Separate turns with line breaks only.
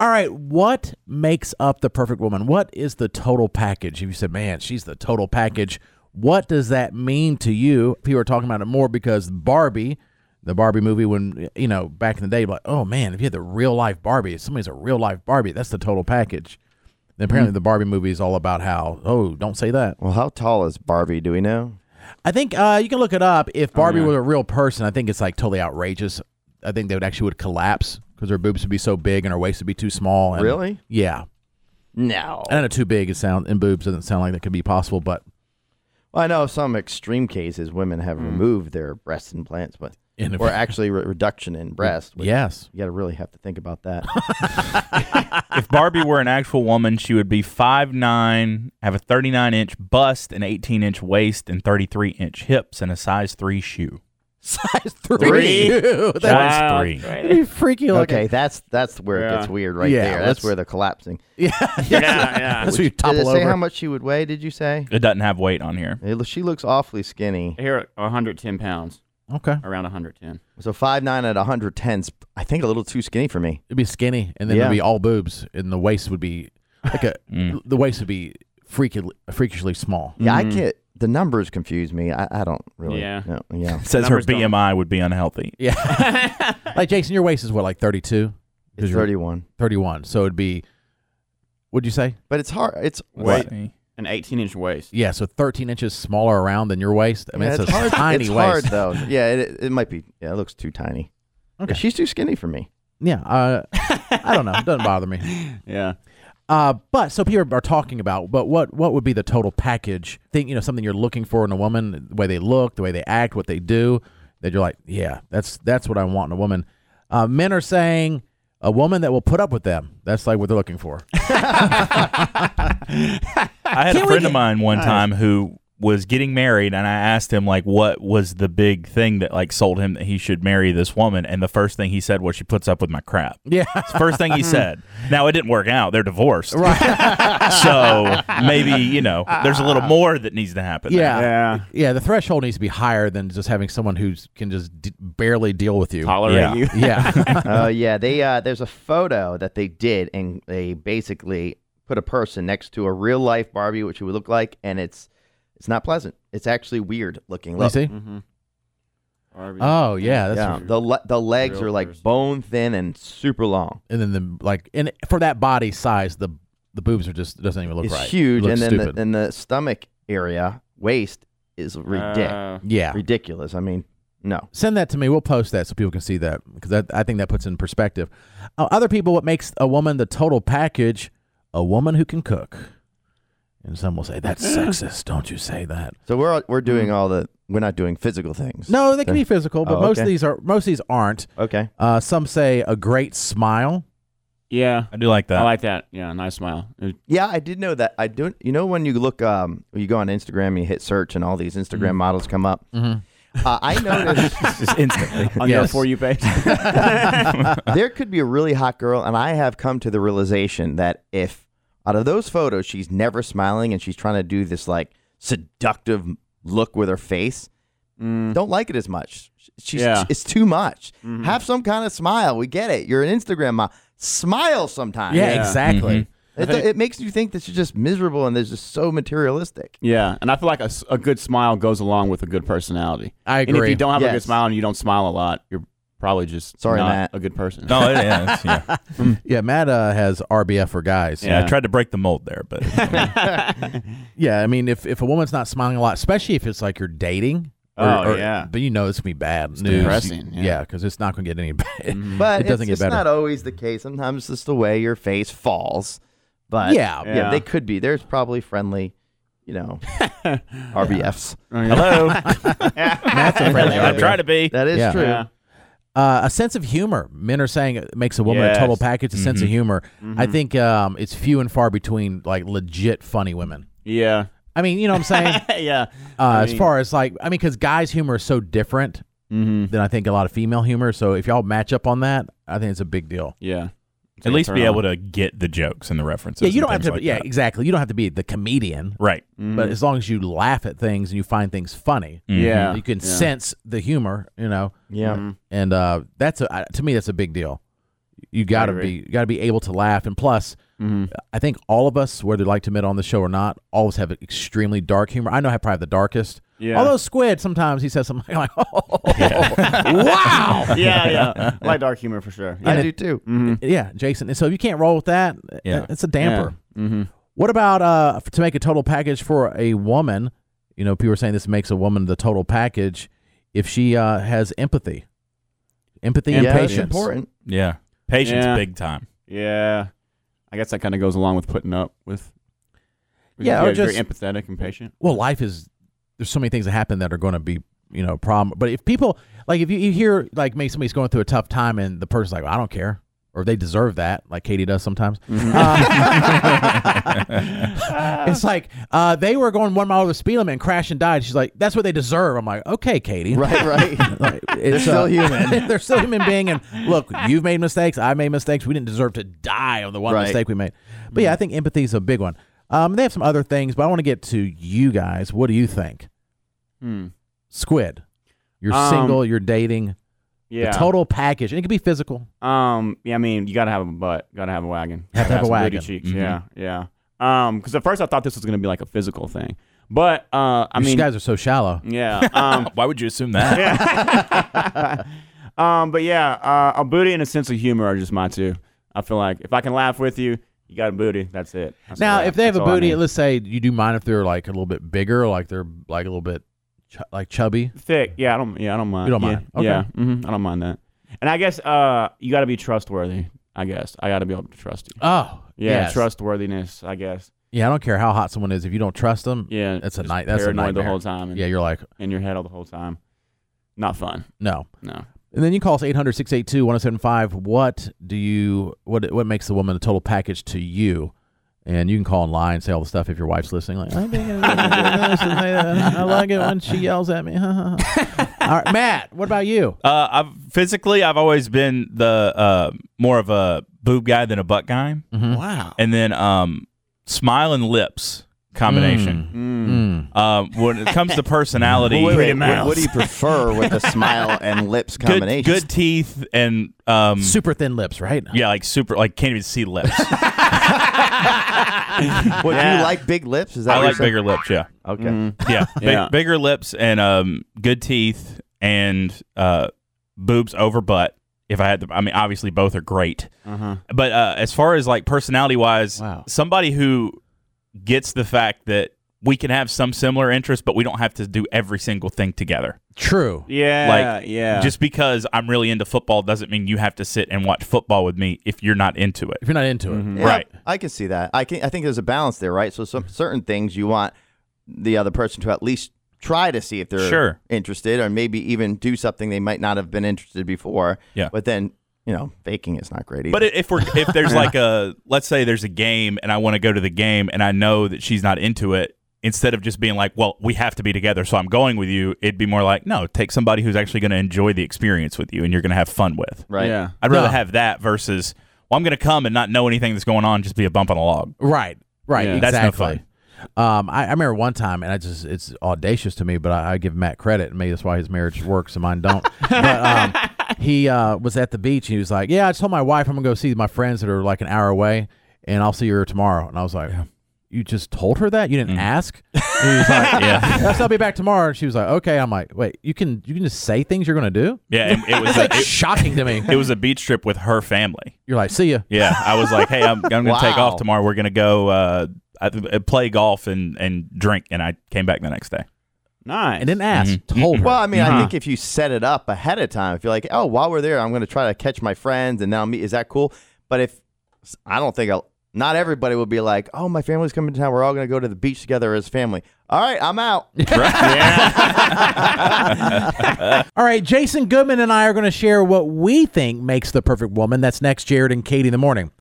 All right, what makes up the perfect woman? What is the total package? If you said, man, she's the total package, what does that mean to you? People are talking about it more because Barbie, the Barbie movie, when, you know, back in the day, like, oh man, if you had the real life Barbie, if somebody's a real life Barbie, that's the total package. And apparently, the Barbie movie is all about how, oh, don't say that.
Well, how tall is Barbie? Do we know?
I think uh, you can look it up. If Barbie were a real person, I think it's like totally outrageous. I think they would actually would collapse because her boobs would be so big and her waist would be too small. And,
Really?
Yeah.
No.
I don't know too big it sound and boobs doesn't sound like that could be possible, but
Well, I know some extreme cases women have
Hmm.
removed their breast implants, but
In a-
or actually re- reduction in breast. Which
yes.
You got to really have to think about that.
if Barbie were an actual woman, she would be 5'9, have a 39 inch bust, an 18 inch waist, and 33 inch hips, and a size 3 shoe.
Size three.
Three.
That's
Size
Wow.
3.
pretty freaky looking.
okay, that's that's where it
Yeah.
gets weird right
Yeah,
there.
that's-
That's where the collapsing.
Yeah, yeah.
That's where you
Did it
topple
say how
over.
much she would weigh? Did you say?
It doesn't have weight on here.
It- She looks awfully skinny.
Here, 110 pounds,
okay.
around 110.
So five nine at 110's, I think a little too skinny for me.
It'd be skinny and then
Yeah.
it'd be all boobs and the waist would be like a the waist would be freaky, freakishly small.
Yeah, I can't. The numbers confuse me. I, I don't really.
Yeah.
know. yeah.
It says her
Numbers don't-
BMI would be unhealthy.
Like Jason, your waist is what, like thirty two?
It's 31.
31. So it'd be what'd you say?
But it's hard. It's
Wait.
Let's see.
An 18 inch waist.
Yeah, so 13 inches smaller around than your waist. I mean,
yeah,
it's,
it's
a
hard.
tiny
it's hard
waist.
though. Yeah, it, it might be. Yeah, it looks too tiny.
Okay.
Okay, she's too skinny for me.
Yeah, uh, I don't know. It doesn't bother me.
Yeah.
Uh, but so people are talking about, but what what would be the total package? Think you know something you're looking for in a woman, the way they look, the way they act, what they do. That you're like, yeah, that's that's what I want in a woman. Uh, men are saying a woman that will put up with them. That's like what they're looking for.
I had a friend of mine one time who was getting married and I asked him like what was the big thing that like sold him that he should marry this woman and the first thing he said was she puts up with my crap.
Yeah. Mm-hmm.
It's the first thing he said. Now it didn't work out. They're divorced. so maybe, you know, there's a little more that needs to happen. there.
Yeah.
Yeah.
Yeah, the threshold needs to be higher than just having someone who can just d- barely deal with you.
Tolerate
Yeah.
you.
Yeah.
Oh yeah, they uh, there's a photo that they did, and they basically put a person next to a real life Barbie, which it would look like, and it's it's not pleasant. It's actually weird looking.
you
Look,
see?
Mm-hmm. Barbie.
Oh, yeah, that's
yeah, the le- the legs
Real
are like
person.
bone thin and super long.
and then the like and for that body size the the boobs are just doesn't even look
It's
right
huge,
It looks
and then the,
stupid.
and the stomach area waist is ridic-
Uh,
yeah
ridiculous. I mean, no.
send that to me we'll post that so people can see that because I, I think that puts it in perspective uh, other people what makes a woman the total package a woman who can cook and some will say that's sexist don't you say that
So we're all- we're doing all the we're not doing physical things.
Hmm. no they can be physical but
Oh,
most of
okay.
these are most of these aren't
Okay.
uh, some say a great smile
yeah.
I do like that.
I like that. Yeah. Nice smile. It-
Yeah, I did know that. I don't. You know when you look, um, when you go on Instagram and you hit search, and all these Instagram models come up. Uh, I noticed
Just instantly.
On your
Yes.
For You page.
there could be a really hot girl, and I have come to the realization that if out of those photos she's never smiling and she's trying to do this like seductive look with her face,
Mm.
don't like it as much. She's
Mm-hmm. Yeah.
it's too much. Have some kind of smile. We get it. You're an Instagram model. Smile sometimes.
yeah, Mm-hmm. exactly
It, it makes you think that you're just miserable and there's just so materialistic.
yeah. And I feel like a, s- a good smile goes along with a good personality.
I
And if
agree.
you don't have a good
Yes.
smile and you don't smile a lot, you're probably just
Sorry,
not
Matt.
a good person.
No, it is. Yeah. yeah.
yeah matt uh, has rbf for guys
I tried to break the mold there, but
Yeah, I mean, if if a woman's not smiling a lot, especially if it's like you're dating.
Oh, yeah.
but you know it's gonna be bad news.
depressing, yeah. Mm-hmm.
yeah, because it's not gonna get any better.
But
it doesn't
it's,
get
it's not
better.
always the case. Sometimes it's the way your face falls. But
Yeah.
yeah,
Yeah.
they could be. There's probably friendly, you know, RBFs.
hello. I
friendly
try to be.
That is
Yeah.
true.
Yeah.
Uh, a sense of humor. Men are saying it makes a woman a total
Yes.
package. A sense of humor. I think um, it's few and far between like legit funny women.
Yeah.
I mean, you know what I'm saying.
yeah.
Uh, as far as like, I mean, because guys' humor is so different
Mm-hmm.
than I think a lot of female humor. So if y'all match up on that, I think it's a big deal.
Yeah.
At least be able to get the jokes and the references.
Yeah, you
and
don't have
things
to.
like
yeah,
that.
exactly. You don't have to be the comedian.
Right.
but
Mm-hmm.
as long as you laugh at things and you find things funny,
Mm-hmm.
Yeah.
you can
yeah.
sense the humor, you know,
Mm-hmm.
Yeah.
and uh, that's a, I- to me that's a big deal. You got to be got to be able to laugh. And plus,
Mm-hmm.
I think all of us, whether like to admit on the show or not, always have extremely dark humor. I know I have probably have the darkest.
Yeah.
Although Squid sometimes he says something like, "Oh,
wow. yeah, yeah. I like dark humor for sure. Yeah.
I do too.
yeah, Jason." And so if you can't roll with that,
Yeah.
it's a damper.
Mm-hmm.
What about uh f- to make a total package for a woman? You know, people are saying this makes a woman the total package if she uh, has empathy, empathy and
yeah, that's
patience.
important.
Yeah. Patience,
Yeah.
big time.
Yeah. I guess that kind of goes along with putting up with.
Yeah, or
you're
just-
empathetic and patient.
Well, life is there's so many things that happen that are going to be you know a problem. But if people like if you, you hear like maybe somebody's going through a tough time and the person's like, well, I don't care. Or they deserve that, like Katie does sometimes. Uh, it's like uh, they were going one mile over the speed limit and crashed and died. She's like, "That's what they deserve." I'm like, "Okay, Katie,
Right, right.
Like, it's,
still
uh,
human.
they're still human being. And look, you've made mistakes. I made mistakes. We didn't deserve to die on the one
Right.
mistake we made.
Mm-hmm.
But yeah, I think empathy is a big one. Um, they have some other things, but I want to get to you guys. What do you think?
Hmm.
Squid, you're
Um,
single, you're dating,
Yeah.
the total package, and it could be physical.
Um. Yeah. I mean, you gotta have a butt. Gotta have a wagon.
Have to have a
some
wagon.
booty cheeks.
Mhm.
Yeah. Yeah. Um. Because at first I thought this was gonna be like a physical thing, but uh, I
I mean, you
mean,
guys are so shallow.
yeah. Um.
Why would you assume that?
yeah. um. But yeah, uh, a booty and a sense of humor are just my two. I feel like if I can laugh with you, you got a booty. That's it. That's
Now,
all I-
if they have
that's
a
all I
booty,
need.
let's say you do mind if they're like a little bit bigger, like they're like a little bit ch- like chubby.
thick. Yeah, I don't. Yeah, I don't mind.
You don't
Yeah,
mind. Okay.
Yeah, mhm, I don't mind that. And I guess uh, you got to be trustworthy. I guess I got to be able to trust you.
Oh,
Yeah,
yes.
trustworthiness. I guess.
Yeah, I don't care how hot someone is. If you don't trust them,
Yeah,
That's a
just
night- that's a
paranoid the
nightmare.
whole time. And
yeah, you're like,
in your head all the whole time. Not fun.
no.
No.
And then you call us 800 682 1075. What do you, what what makes a woman a total package to you? And you can call online, say all the stuff if your wife's listening. Like, I, think I, this and that. I like it when she yells at me. all right, Matt, what about you?
Uh, I've physically, I've always been the uh, more of a boob guy than a butt guy,
Mm-hmm.
Wow.
and then um, smile and lips combination.
Mm.
Um, when it comes to personality,
Wait, what, what do you prefer with the smile and lips
good,
combination?
good teeth and um,
Mm. Super thin lips, right?
yeah, like super, like can't even see lips.
What, do
Yeah.
you like big lips? Is that
I
what
like
you're
bigger lips. Yeah,
saying? Okay.
Mm-hmm.
yeah, Big,
Yeah.
bigger lips and um, good teeth and uh, boobs over butt. If I had, the, I mean, obviously both are great.
Uh huh.
But uh, as far as like personality wise,
Wow.
somebody who gets the fact that we can have some similar interests, but we don't have to do every single thing together.
True.
Yeah.
Like,
yeah.
Just because I'm really into football doesn't mean you have to sit and watch football with me if you're not into it.
If you're not into it.
Mm-hmm.
Yeah,
Right.
I can see that. I can. I think there's a balance there, right? So some certain things you want the other person to at least try to see if they're
Sure.
interested, or maybe even do something they might not have been interested before.
Yeah.
But then you know, faking is not great either.
But i- if we're if there's like a let's say there's a game and I want to go to the game and I know that she's not into it, instead of just being like, well, we have to be together, so I'm going with you, it'd be more like, no, take somebody who's actually going to enjoy the experience with you and you're going to have fun with.
right.
Yeah.
I'd rather
No.
have that versus well, I'm going to come and not know anything that's going on, just be a bump on a log.
Right. Right.
Yeah.
Exactly.
That's no
Um, I, I remember one time, and I just it's audacious to me, but I, I give Matt credit, and maybe that's why his marriage works and mine don't. but um, he uh, was at the beach, and he was like, "Yeah, I told my wife I'm gonna go see my friends that are like an hour away, and I'll see her tomorrow." And I was like, "You just told her that? You didn't ask?" And he was like,
Mm. Yeah.
"Yes, I'll be back tomorrow." And she was like, "Okay." I'm like, "Wait, you can you can just say things you're gonna do?"
Yeah, and it was a, it,
Shocking to me.
it was a beach trip with her family.
You're like, "See ya."
Yeah, I was like, hey, I'm, I'm going to take
Wow.
off tomorrow. We're going to go uh, I th- play golf and and drink, and I came back the next day.
Nice.
And didn't ask.
Mm-hmm.
Told her.
Well, I mean,
Uh-huh.
I think if you set it up ahead of time, if you're like, oh, while we're there, I'm going to try to catch my friends and then I'll meet. Is that cool? But if I don't think I'll, not everybody would be like, oh, my family's coming to town. We're all going to go to the beach together as family. All right, I'm out.
All right, Jason Goodman and I are going to share what we think makes the perfect woman. That's next, Jared and Katie in the morning.